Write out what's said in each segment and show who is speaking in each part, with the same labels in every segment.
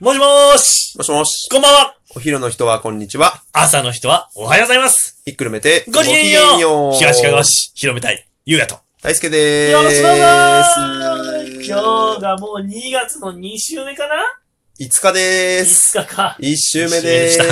Speaker 1: もしもーし
Speaker 2: もしもし。
Speaker 1: こんばんは
Speaker 2: お昼の人はこんにちは。
Speaker 1: 朝の人はおはようございます
Speaker 2: ひっくるめて。
Speaker 1: ごきげんよ
Speaker 2: ごきげん
Speaker 1: う東かがわ市広めたい、ゆうやと。
Speaker 2: 大輔でーす。
Speaker 1: よろしくお願いします今日がもう2月の2週目かな
Speaker 2: 5日でーす。
Speaker 1: ?5 日か。
Speaker 2: 1週目
Speaker 1: はい、
Speaker 2: でー
Speaker 1: ちょ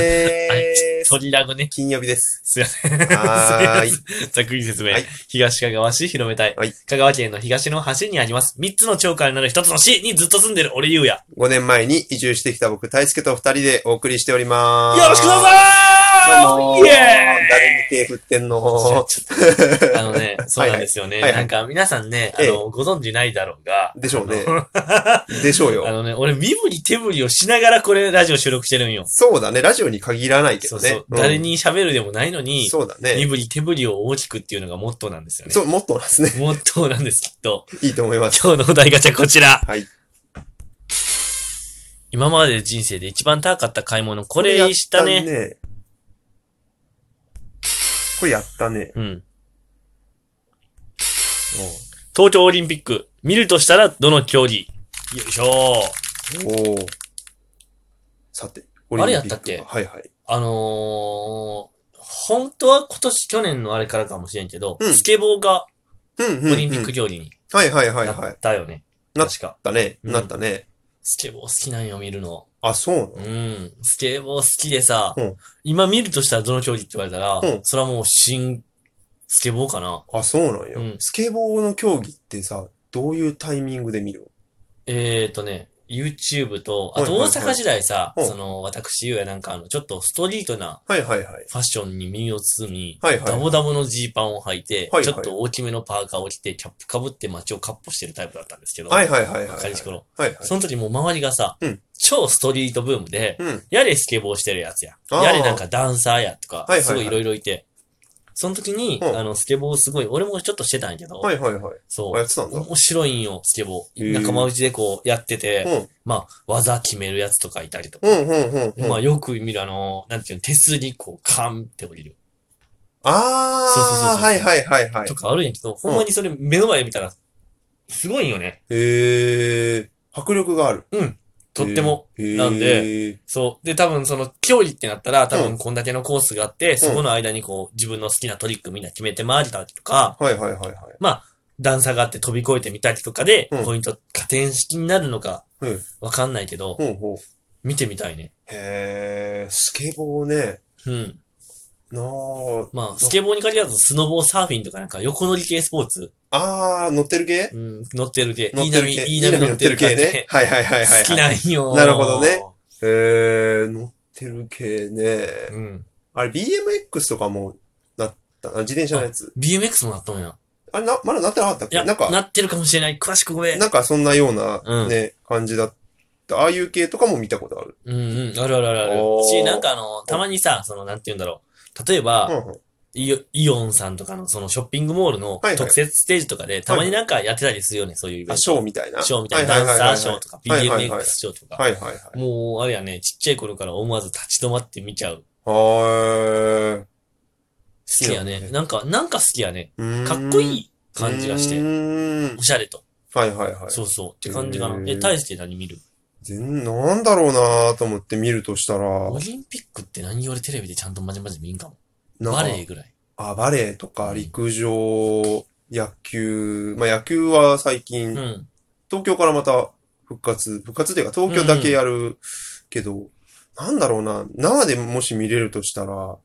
Speaker 2: す
Speaker 1: っ。とラグね。
Speaker 2: 金曜日です。
Speaker 1: すいません。
Speaker 2: はーい
Speaker 1: すません ざっくり説明。
Speaker 2: はい
Speaker 1: 東かがわ市広めたい。
Speaker 2: はい
Speaker 1: 香川県の東の端にあります。3つの町からなる1つの市にずっと住んでる俺ゆうや。
Speaker 2: 5年前に移住してきた僕、大輔と2人でお送りしておりまーす。
Speaker 1: よろしくどうぞ
Speaker 2: どう
Speaker 1: ー
Speaker 2: も
Speaker 1: イエー
Speaker 2: ー
Speaker 1: イ
Speaker 2: 誰に手振ってんの
Speaker 1: ちょっとあのね、そうなんですよね。
Speaker 2: はいはい
Speaker 1: なんか皆さんね、あ
Speaker 2: ええ
Speaker 1: の、ご存知ないだろうが、
Speaker 2: でしょうね。でしょう
Speaker 1: あ
Speaker 2: よ。
Speaker 1: のね、俺身振り手振りをしながらこれラジオ収録してるんよ。
Speaker 2: そうだね。ラジオに限らないけ
Speaker 1: そ
Speaker 2: ど
Speaker 1: う
Speaker 2: ね。
Speaker 1: そう。
Speaker 2: ん
Speaker 1: 誰に喋るでもないのに、
Speaker 2: そうだ
Speaker 1: 身
Speaker 2: ね。
Speaker 1: 振り手振りを大きくっていうのがモットーなんですよね。
Speaker 2: そう、もっとですね。
Speaker 1: モットーなんです、きっと。
Speaker 2: いいと思います。
Speaker 1: 今日のお題ガチャこちら。
Speaker 2: はい。
Speaker 1: 今まで人生で一番高かった買い物、これしたね。
Speaker 2: ね。これやったね。
Speaker 1: うん。東京オリンピック、見るとしたらどの競技よいしょ
Speaker 2: おお。さて、オ
Speaker 1: あれやったっけ
Speaker 2: リンピックかはいはい。
Speaker 1: あのー、本当は今年、去年のあれからかもしれんけど、
Speaker 2: うん
Speaker 1: スケボーが
Speaker 2: うんう
Speaker 1: オ
Speaker 2: ん、うん。
Speaker 1: リンピック競技に
Speaker 2: はいはいはい
Speaker 1: な
Speaker 2: は
Speaker 1: っ
Speaker 2: い。
Speaker 1: たよね。
Speaker 2: なっ
Speaker 1: 確か。
Speaker 2: だね。
Speaker 1: うん
Speaker 2: なったね。
Speaker 1: スケボー好きなんよ、見るの。
Speaker 2: あ、そうなの
Speaker 1: うん。スケボー好きでさ、
Speaker 2: うん
Speaker 1: 今見るとしたらどの競技って言われたら、
Speaker 2: うん
Speaker 1: それはもう新、スケボーかな。
Speaker 2: あ、そうなん
Speaker 1: う
Speaker 2: よ、
Speaker 1: ん
Speaker 2: スケボーの競技ってさ、どういうタイミングで見る
Speaker 1: えーとね、YouTube と、あと
Speaker 2: はい
Speaker 1: 大
Speaker 2: はいはい
Speaker 1: 阪時代さ、
Speaker 2: うん
Speaker 1: その、私、ゆうやなんかあの、ちょっとストリートな
Speaker 2: はいはいはい。
Speaker 1: ファッションに身を包み、
Speaker 2: はいはい
Speaker 1: ダボダボのジーパンを履いて、
Speaker 2: はいはい
Speaker 1: ちょっと大きめのパーカーを着て、キャップかぶって街をカッポしてるタイプだったんですけど、
Speaker 2: はいはいはいはい、
Speaker 1: 若い頃、
Speaker 2: はいはい。
Speaker 1: その時もう周りがさ、
Speaker 2: うん
Speaker 1: 超ストリートブームで、
Speaker 2: うん。
Speaker 1: やれスケボーしてるやつや。
Speaker 2: あー
Speaker 1: やれなんかダンサーやとか
Speaker 2: いはいは、い
Speaker 1: すごいいろいろいて。その時に、
Speaker 2: うん
Speaker 1: あの、スケボーすごい、俺もちょっとしてたんやけど、
Speaker 2: はいはいはい。
Speaker 1: そ
Speaker 2: あ、や
Speaker 1: う。
Speaker 2: ってたんだ。
Speaker 1: 面白いんよ、スケボ
Speaker 2: へ
Speaker 1: ー。
Speaker 2: ー
Speaker 1: 仲間内でこうやってて、
Speaker 2: うん。
Speaker 1: まあ、技決めるやつとかいたりとか。
Speaker 2: うんうんうん、うん。
Speaker 1: まあ、よく見るあの、なんていうの、手すりこう、カンって降りる。
Speaker 2: あー
Speaker 1: そうそうそうそう
Speaker 2: はいはいはいはい
Speaker 1: と。かあるんやけど、ほんまにそれ目の前で見たら、すごいんよね。
Speaker 2: へえー、迫力がある。
Speaker 1: とっても。
Speaker 2: へー。
Speaker 1: なん
Speaker 2: で、
Speaker 1: そう。で、多分その、競技ってなったら、多
Speaker 2: う
Speaker 1: 分こんだけのコースがあって、そこの間にこう、自分の好きなトリックみんな決めて回りたりとか、
Speaker 2: はいはいはいはい。
Speaker 1: 段差があって飛び越えてみたりとかで
Speaker 2: うん、
Speaker 1: ポイント、加点式になるのか
Speaker 2: うん、
Speaker 1: わかんないけど、
Speaker 2: ほうほう。
Speaker 1: 見てみたいね。
Speaker 2: へえ、スケボーね。
Speaker 1: うん。
Speaker 2: なあ、
Speaker 1: まあ、スケボーに限らず、スノボー、サーフィンとかなんか横乗り系スポーツ、
Speaker 2: あー、乗ってる系
Speaker 1: うん、乗ってる系、
Speaker 2: 乗
Speaker 1: い
Speaker 2: っ
Speaker 1: い
Speaker 2: てる
Speaker 1: 波、
Speaker 2: 系。
Speaker 1: いい波乗ってる系ね。
Speaker 2: はいはいはいはいはい。
Speaker 1: 好きなんよ。
Speaker 2: なるほどね。へえ、乗ってる系ね。
Speaker 1: うん。
Speaker 2: あれ、BMX とかもなった、あ自転車のやつ。
Speaker 1: BMX もなったんや。
Speaker 2: あれ、な、まだなってなかった
Speaker 1: い
Speaker 2: っけ
Speaker 1: や、
Speaker 2: な
Speaker 1: なん
Speaker 2: か、
Speaker 1: なってるかもしれない。詳しくごめん。
Speaker 2: なんかそんなような
Speaker 1: うん
Speaker 2: ね、感じだった。ああいう系とかも見たことある。
Speaker 1: うんうん、あるあるあるある
Speaker 2: おー。
Speaker 1: し、なんかあの、たまにさ、その、なんて言うんだろう。例えば、
Speaker 2: うんうん
Speaker 1: イオイオンさんとかのそのショッピングモールの
Speaker 2: はいはい
Speaker 1: 特設ステージとかで、たまになんかやってたりするよね、そういうイベン
Speaker 2: あ、
Speaker 1: ト。
Speaker 2: ショーみたいな。
Speaker 1: ショーみたいな、ダ
Speaker 2: はは
Speaker 1: ン
Speaker 2: は
Speaker 1: サ
Speaker 2: は
Speaker 1: ーショーとか、
Speaker 2: はいはいはい
Speaker 1: BMX ショーとか。
Speaker 2: はいはいはい。
Speaker 1: もう、あれやね、ちっちゃい頃から思わず立ち止まって見ちゃう。
Speaker 2: は
Speaker 1: 好きや
Speaker 2: 好きや
Speaker 1: ね。
Speaker 2: ね
Speaker 1: なんか、なんか好きやね。
Speaker 2: ーい。
Speaker 1: かっこい
Speaker 2: い
Speaker 1: い感じがし
Speaker 2: う
Speaker 1: て、
Speaker 2: ーん
Speaker 1: おしゃれと。
Speaker 2: はいはいはい。
Speaker 1: そうそう。って感じか
Speaker 2: へ
Speaker 1: な。え、
Speaker 2: ー
Speaker 1: 大して何見る
Speaker 2: 全なんだろうなと思って見るとしたら
Speaker 1: オ、リンピックって何俺テレビでちゃんとまじまじ見んかも。
Speaker 2: なんか
Speaker 1: バレエぐらい。
Speaker 2: あ、バレエとか陸上、野球、まあ野球は最
Speaker 1: う
Speaker 2: 近、
Speaker 1: ん。
Speaker 2: 東京からまた復活、復活っていうか東京だけやるけど、なんだろうな、生でもし見れるとしたら、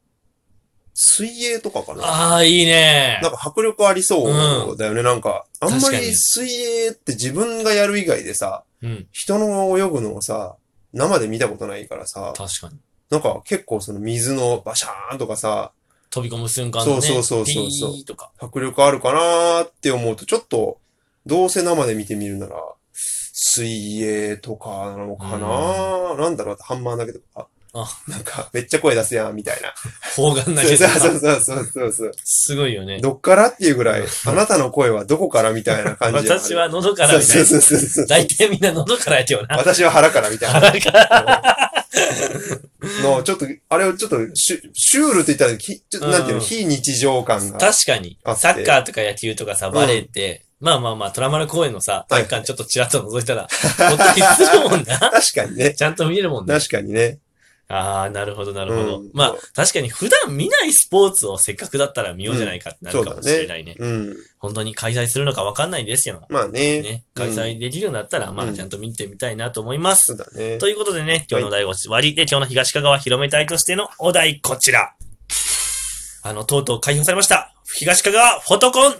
Speaker 2: 水泳とかかな。
Speaker 1: ああ、いいね
Speaker 2: なんか迫力ありそうだよね、なんか。あんま
Speaker 1: 確か
Speaker 2: り
Speaker 1: に
Speaker 2: 水泳って自分がやる以外でさ、
Speaker 1: うん。
Speaker 2: 人の泳ぐのをさ、生で見たことないからさ、
Speaker 1: 確かに。
Speaker 2: なんか結構その水のバシャーンとかさ、
Speaker 1: 飛び込む瞬間のね。
Speaker 2: そうそうそうそうそう
Speaker 1: ピーとか。
Speaker 2: 迫力あるかなーって思うと、ちょっと、どうせ生で見てみるなら、水泳とかなのかな、なんだろう、あとハンマー投げとか。
Speaker 1: あ
Speaker 2: なんか、めっちゃ声出すやん、みたいな。
Speaker 1: 砲丸投
Speaker 2: そう
Speaker 1: げとか。
Speaker 2: そうそうそうそうそう。
Speaker 1: すごいよね。
Speaker 2: どっからっていうぐらい、あなたの声はどこからみたいな感じで。
Speaker 1: 私は喉か
Speaker 2: そう
Speaker 1: らみたい
Speaker 2: そ
Speaker 1: うな。
Speaker 2: そうそうそう。
Speaker 1: 大体みんな喉からやけどな。
Speaker 2: 私は腹からみたいな。
Speaker 1: 腹から。
Speaker 2: の、ちょっと、あれをちょっとシュ、シュールって言ったら、きちょっとなんていうの、
Speaker 1: うん
Speaker 2: 非日常感が。
Speaker 1: 確かに
Speaker 2: あっ。て
Speaker 1: サッカーとか野球とかさ、バレーって、まあまあまあ、虎丸公園のさ、
Speaker 2: はい
Speaker 1: 体育館ちょっとちらっと覗いたら、おったりするもんな。
Speaker 2: 確かにね。
Speaker 1: ちゃんと見えるもんね。
Speaker 2: 確かにね。
Speaker 1: ああ、なるほど、なるほど。
Speaker 2: うん
Speaker 1: まあ、確かに普段見ないスポーツをせっかくだったら見ようじゃないかってなるか
Speaker 2: う
Speaker 1: も
Speaker 2: ん
Speaker 1: しれないね。
Speaker 2: うん。
Speaker 1: 本当に開催するのかわかんないですよ。
Speaker 2: まあね。
Speaker 1: ね、開催できるようになったら、ま
Speaker 2: う
Speaker 1: あ、
Speaker 2: ん
Speaker 1: ちゃんと見てみたいなと思います。
Speaker 2: そうだね。
Speaker 1: ということでね、今日のお題を終わりで、今日の東かがわ広め隊としてのお題、こちら。あの、とうとう開放されました。東かがわフォトコン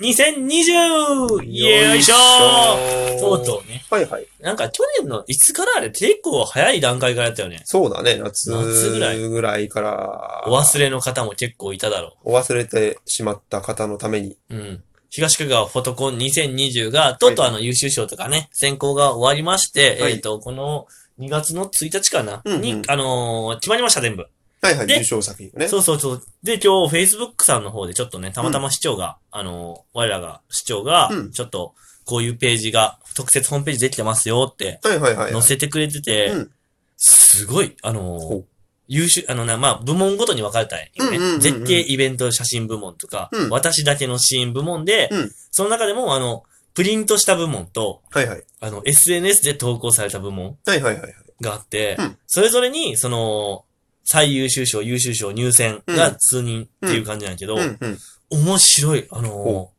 Speaker 1: 2020! よいしょーとうとうね。
Speaker 2: う。はいはい。
Speaker 1: なんか去年のいつからあれ、結構早い段階からやったよね。
Speaker 2: そうだね。夏
Speaker 1: 夏ぐらい
Speaker 2: ぐらいから。
Speaker 1: お忘れの方も結構いただろ
Speaker 2: お忘れてしまった方のために。
Speaker 1: う。うん。東かがわフォトコン2020が、とうとう
Speaker 2: は
Speaker 1: あの優秀賞とかね、選考が終わりまして、
Speaker 2: はい
Speaker 1: えっ、と、この2月の1日かな、
Speaker 2: うんうん
Speaker 1: に、あのー決まりました、全部。
Speaker 2: はいはい、
Speaker 1: で
Speaker 2: 受賞作品をね。
Speaker 1: そうそうそう。で、今日、Facebook さんの方で、ちょっとね、たまたま市長が、あの、我らが市長が
Speaker 2: うん、
Speaker 1: ちょっと、こういうページが、特設ホームページできてますよって、
Speaker 2: はいはいはい。
Speaker 1: 載せてくれてて
Speaker 2: うん、
Speaker 1: すごい、あの
Speaker 2: ほ、
Speaker 1: 優秀、あのな、まあ、部門ごとに分かれたんよ
Speaker 2: うんうんうんう
Speaker 1: ね。
Speaker 2: ん
Speaker 1: 絶景イベント写真部門とか
Speaker 2: う、ん
Speaker 1: 私だけのシーン部門で
Speaker 2: うん、
Speaker 1: その中でも、あの、プリントした部門と、
Speaker 2: はいはい。
Speaker 1: あの、SNS で投稿された部門
Speaker 2: はいはいはいはい。
Speaker 1: があって、
Speaker 2: うん
Speaker 1: それぞれに、その、最優秀賞、優秀賞、入選が数人っていう感じなんやけど、
Speaker 2: うんうん。
Speaker 1: 面白い。あの
Speaker 2: ほ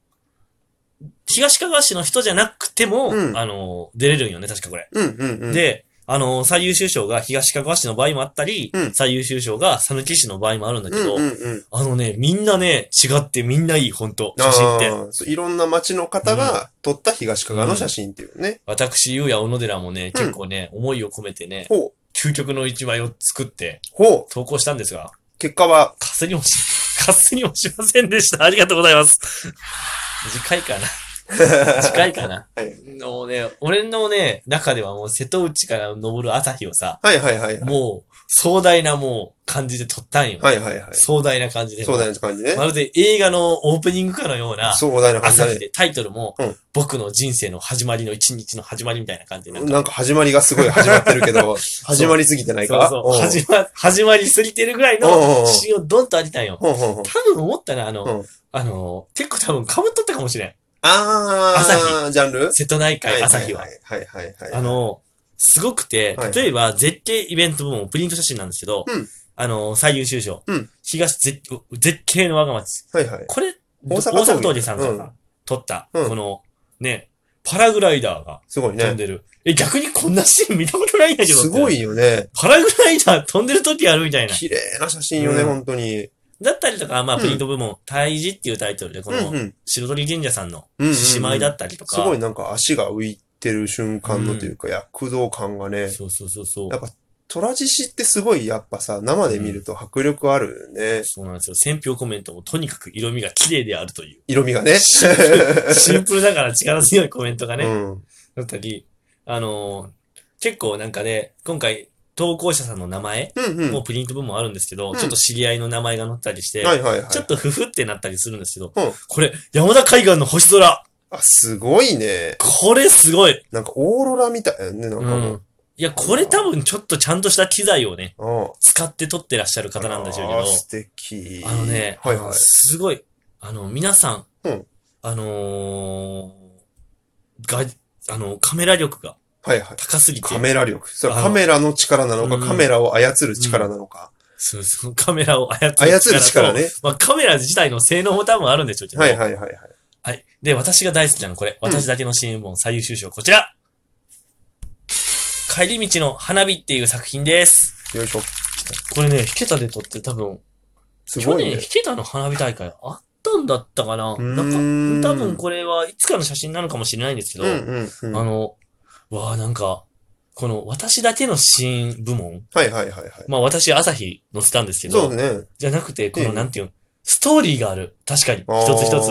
Speaker 1: ー東かがわ市の人じゃなくても、
Speaker 2: うん
Speaker 1: あのー出れるんよね、確かこれ。
Speaker 2: うんうんうん。、
Speaker 1: で、あのー最優秀賞が東かがわ市の場合もあったり、
Speaker 2: うん
Speaker 1: 最優秀賞が讃岐市の場合もあるんだ
Speaker 2: う
Speaker 1: け
Speaker 2: ん
Speaker 1: ど、
Speaker 2: うんうん。
Speaker 1: あのね、みんなね、違ってみんないい、ほんと、写真って。
Speaker 2: あーそういろんな街の方が撮った東かがの写真っていうね。
Speaker 1: 私、ゆうや小野寺もね、
Speaker 2: うん
Speaker 1: 結構ね、思いを込めてね、
Speaker 2: ほう。
Speaker 1: 究極の一枚を作って
Speaker 2: ほう。
Speaker 1: 投稿したんですが、
Speaker 2: 結果は、
Speaker 1: かすりもし、かすりもしませんでした。ありがとうございます。次回かな。次回かな。
Speaker 2: はい
Speaker 1: のね、俺のね、中ではもう瀬戸内から昇る朝日をさ、
Speaker 2: はいはいはいはい。
Speaker 1: もう壮大なもう感じで撮ったんよ。
Speaker 2: はいはいはい。
Speaker 1: 壮大な感じで。
Speaker 2: 壮大な感じね。
Speaker 1: まるで映画のオープニングかのような
Speaker 2: 壮大な感じ
Speaker 1: 朝
Speaker 2: だ
Speaker 1: 日
Speaker 2: ね。
Speaker 1: で、タイトルも、
Speaker 2: うん
Speaker 1: 僕の人生の始まりの一日の始まりみたいな感じでなんか。
Speaker 2: なんか始まりがすごい始まってる けど、始まりすぎてない
Speaker 1: そう
Speaker 2: か
Speaker 1: そう。始ま、始まりすぎてるぐらい
Speaker 2: うんうんう
Speaker 1: の
Speaker 2: ん
Speaker 1: シーンをドンとありたんよ。
Speaker 2: ほうほうほう。
Speaker 1: 多分思ったら、あの、
Speaker 2: うん
Speaker 1: あの、結構多分被っとったかもしれん。
Speaker 2: あー、
Speaker 1: 朝
Speaker 2: ジャンル
Speaker 1: 瀬戸内海、朝日は
Speaker 2: は。いはいはいはい。
Speaker 1: あ、の、すごくて
Speaker 2: はい、
Speaker 1: 例えば、絶景イベント部門、プリント写真なんですけど
Speaker 2: うん、
Speaker 1: あの、最優秀賞
Speaker 2: うん、
Speaker 1: 東絶、絶景の我が町。
Speaker 2: はいはい。
Speaker 1: これ、
Speaker 2: 大阪
Speaker 1: 大阪
Speaker 2: 峠
Speaker 1: 峠さん
Speaker 2: うん
Speaker 1: が撮った、
Speaker 2: うん
Speaker 1: この、ね、パラグライダーが
Speaker 2: すごい
Speaker 1: 飛ん
Speaker 2: ね。
Speaker 1: でる。え、逆にこんなシーン見たことないんだけど。
Speaker 2: すご。いよね。
Speaker 1: パラグライダー飛んでる時あるみたいな。
Speaker 2: 綺麗な写真よね、
Speaker 1: うん
Speaker 2: 本当に。
Speaker 1: だったりとか、まあ、
Speaker 2: うん
Speaker 1: プリント部門、退治っていうタイトルで、こ
Speaker 2: うん
Speaker 1: の
Speaker 2: う、ん。
Speaker 1: 白鳥神社さんの
Speaker 2: うんうんうん
Speaker 1: 獅子舞だったりとか。
Speaker 2: すごいなんか足が浮いてる瞬間のというか、躍動感がね。
Speaker 1: そうそうそうそう
Speaker 2: や。っぱ、トラジシってすごいやっぱさ、生で見ると迫力あるね。
Speaker 1: そうなんですよ。選評コメントもとにかく色味が綺麗であるという。
Speaker 2: 色味がね。
Speaker 1: シンプルだから力強いコメントが
Speaker 2: う
Speaker 1: ね、
Speaker 2: ん。
Speaker 1: だったり、あのー結構なんかね、今回投稿者さんの名前
Speaker 2: うんうん。
Speaker 1: もうプリント部もあるんですけど、
Speaker 2: うん
Speaker 1: ちょっと知り合いの名前が載ったりして、
Speaker 2: はいはいはい
Speaker 1: ちょ。っとふふってなったりするんですけど、
Speaker 2: うん
Speaker 1: これ、山田海岸の星空
Speaker 2: あ、すごいね。
Speaker 1: これすごい
Speaker 2: なんかオーロラみたいだね、な
Speaker 1: う
Speaker 2: んかも
Speaker 1: ん。いや、これ多分ちょっとちゃんとした機材をね、
Speaker 2: う。
Speaker 1: 使って撮ってらっしゃる
Speaker 2: うん。
Speaker 1: 方なんでしょうけ
Speaker 2: あ
Speaker 1: ど
Speaker 2: ー、素敵。
Speaker 1: あのね、
Speaker 2: はいはい。
Speaker 1: すごい、あの、皆さん、
Speaker 2: うん
Speaker 1: あのーが、あの、カメラ力が
Speaker 2: はいはい。
Speaker 1: 高すぎて、
Speaker 2: カメラ力。それは
Speaker 1: あの
Speaker 2: カメラの力なの
Speaker 1: う
Speaker 2: か、
Speaker 1: ん
Speaker 2: カメラを操る力なのか。
Speaker 1: そうそうカメラを操る
Speaker 2: 操
Speaker 1: 力と
Speaker 2: る力。ね。
Speaker 1: まあ、カメラ自体の性能も多分あるんでしょうけど。
Speaker 2: はいはいはいはい。
Speaker 1: はいで、私が大好きなのこれ。
Speaker 2: うん
Speaker 1: 私だけの新聞本最優秀賞、こちら。帰り道の花火っていう作品です。
Speaker 2: よいしょ。
Speaker 1: これね、引けたで撮って多分、
Speaker 2: す
Speaker 1: 去
Speaker 2: ごい
Speaker 1: 年
Speaker 2: ね
Speaker 1: 引。けたの花火大会あったんだったかな。
Speaker 2: ー
Speaker 1: なんんか、多分これはいつかの写真なのかもしれないんですけ
Speaker 2: う
Speaker 1: ど、
Speaker 2: んうんうん。
Speaker 1: あ
Speaker 2: はい
Speaker 1: の、わあなんか、この私だけのシーン部門、
Speaker 2: はいはいはい。
Speaker 1: まあ私朝日載せたんですけ
Speaker 2: そう
Speaker 1: ど、
Speaker 2: ね。
Speaker 1: じゃなくて、こ
Speaker 2: え
Speaker 1: の
Speaker 2: え
Speaker 1: なんていうの、ストーリーがある。確かに、
Speaker 2: あー
Speaker 1: 一つ一つ。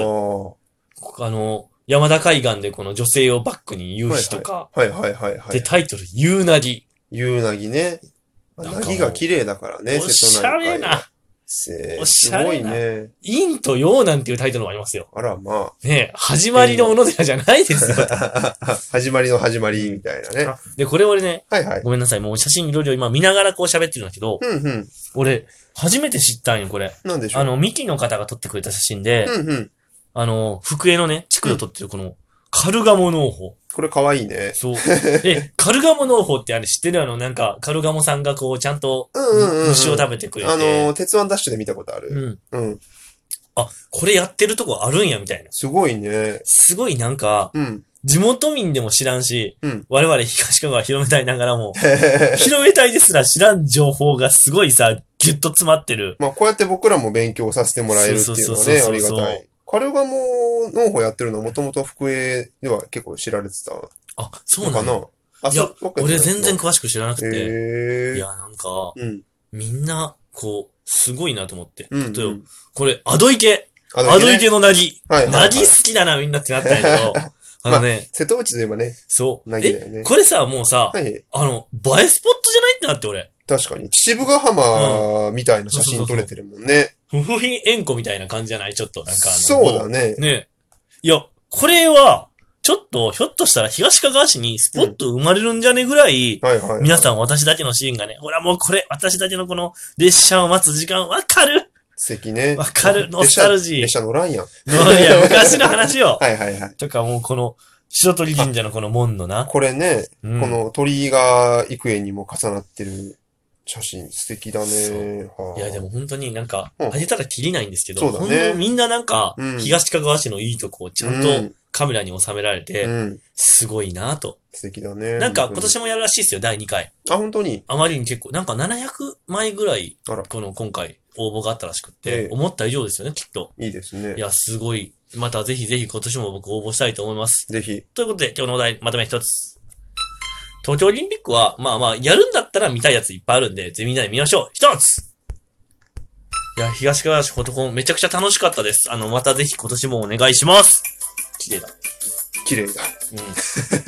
Speaker 1: こあの、山田海岸でこの女性をバックに言う日とか、
Speaker 2: はいはいはいは
Speaker 1: で、
Speaker 2: い。
Speaker 1: タイトル、言うなり。
Speaker 2: 夕なぎね。
Speaker 1: なんか
Speaker 2: な
Speaker 1: もう
Speaker 2: ぎが綺麗だからね、
Speaker 1: おしゃれ
Speaker 2: 海は
Speaker 1: な、
Speaker 2: せー
Speaker 1: おし
Speaker 2: す
Speaker 1: ゃ
Speaker 2: ご
Speaker 1: れ
Speaker 2: い
Speaker 1: な
Speaker 2: ね。
Speaker 1: 陰と陽なんていうタイトルもありますよ。
Speaker 2: あ らま
Speaker 1: ねえ、始まりの小野寺じゃないですよ。
Speaker 2: あ。始まりの始まりみたいなね。
Speaker 1: で、これ俺ね、
Speaker 2: はいはい。
Speaker 1: ごめんなさい、もう写真いろいろ今見ながらこう喋ってるんだけど、
Speaker 2: うんうん。
Speaker 1: 俺、初めて知ったんよ、これ。
Speaker 2: なんでしょ
Speaker 1: あ
Speaker 2: う。
Speaker 1: の、ミキの方が撮ってくれた写真で、
Speaker 2: うんうん。
Speaker 1: あの、福江のね、地区で撮ってるこの、カルガモ農法。
Speaker 2: これ可愛いね。
Speaker 1: そう。え、カルガモ農法ってあれ知ってるあの、なんか、カルガモさんがこう、ちゃんと、
Speaker 2: うんうんうん。
Speaker 1: 虫を食べてくれて。
Speaker 2: あのー、鉄腕ダッシュで見たことある。
Speaker 1: うん。
Speaker 2: うん。
Speaker 1: あ、これやってるとこあるんや、みたいな。
Speaker 2: すごいね。
Speaker 1: すごいなんか、
Speaker 2: うん。
Speaker 1: 地元民でも知らんし、
Speaker 2: うん
Speaker 1: 我々東川広めたいながらも、広めたいですら知らん情報がすごいさ、ぎゅっと詰まってる。
Speaker 2: まあ、こうやって僕らも勉強させてもらえるっていうのはね、
Speaker 1: そ
Speaker 2: あ
Speaker 1: うそう
Speaker 2: り
Speaker 1: そう
Speaker 2: が
Speaker 1: そう
Speaker 2: たい。カルガモ農法やってるのはもともと福江では結構知られてたの
Speaker 1: あ、そうな
Speaker 2: か
Speaker 1: の
Speaker 2: なあ
Speaker 1: いや
Speaker 2: そうわけじゃない
Speaker 1: 俺全然詳しく知らなくて。
Speaker 2: へ
Speaker 1: い
Speaker 2: え
Speaker 1: や、なんか、
Speaker 2: うん。
Speaker 1: みんな、こう、すごいなと思って。
Speaker 2: うん。
Speaker 1: 例え
Speaker 2: う
Speaker 1: ば
Speaker 2: ん、
Speaker 1: これ、アドイケ。
Speaker 2: あ
Speaker 1: ア
Speaker 2: の
Speaker 1: ドイ
Speaker 2: ね
Speaker 1: ケのなぎ。
Speaker 2: はいはいは
Speaker 1: ないぎ好きだな、みんなってなったんや けど。あのね、
Speaker 2: 瀬戸内で言えばね、
Speaker 1: そう。
Speaker 2: なぎだ
Speaker 1: え、
Speaker 2: よね。
Speaker 1: これさ、もうさ、
Speaker 2: はい。
Speaker 1: あの、映えスポットじゃないってなって、俺。
Speaker 2: 確かに。秩父ヶ浜みたいな写
Speaker 1: うんそ
Speaker 2: 真
Speaker 1: うそ
Speaker 2: 撮
Speaker 1: うそう
Speaker 2: れてるもんね。
Speaker 1: 不品縁故みたいな感じじゃないちょっと、なんかあの。
Speaker 2: そうだね。
Speaker 1: ねいや、これは、ちょっと、ひょっとしたら東かがわ市にスポット生まれるんじゃねぐらい、
Speaker 2: はいはい。
Speaker 1: 皆
Speaker 2: ん。
Speaker 1: さん私だけのシーンがね、ほらもうこれ、私だけのこの列車を待つ時間わか る
Speaker 2: 素敵ね。
Speaker 1: わかるノスタルジー
Speaker 2: 列車列車乗らんやん。
Speaker 1: いや、昔の話よ。
Speaker 2: はいはいはい。
Speaker 1: とかもうこの、白鳥神社のこの門のな。
Speaker 2: これね、
Speaker 1: うん
Speaker 2: この鳥居が幾重にも重なってる写真、素敵だ
Speaker 1: そ
Speaker 2: ね。はあ
Speaker 1: いや、でも本当になんか、
Speaker 2: うん
Speaker 1: あげたらきりないんですけど、
Speaker 2: そうだね
Speaker 1: ほんとみんななんか
Speaker 2: う、ん
Speaker 1: 東かがわ市のいいとこをちゃん
Speaker 2: う
Speaker 1: と
Speaker 2: ん
Speaker 1: カメラに収められ
Speaker 2: う
Speaker 1: て、
Speaker 2: ん。
Speaker 1: すごいなと。
Speaker 2: 素敵だね。
Speaker 1: なんか
Speaker 2: 本
Speaker 1: 今
Speaker 2: 当に
Speaker 1: 年もやるらしいですよ、第2回。
Speaker 2: あ、本当に
Speaker 1: あまりに結構、なんか700枚ぐらい、
Speaker 2: あら
Speaker 1: この今回応募があったらしくっ
Speaker 2: え
Speaker 1: て
Speaker 2: え、
Speaker 1: 思った以上ですよね、きっと。
Speaker 2: いいですね
Speaker 1: い。や、すごい。またぜひぜひ今年も僕応募したいと思います。
Speaker 2: ぜひ。
Speaker 1: ということで、今日のお題、まとめ一つ。東京オリンピックは、まあまあ、やるんだったら見たいやついっぱいあるんで、ぜひみんなで見ましょう。一ついや、東川市フォトコン、めちゃくちゃ楽しかったです。あの、またぜひ今年もお願いします。綺麗だ。
Speaker 2: 綺麗だ。
Speaker 1: うん。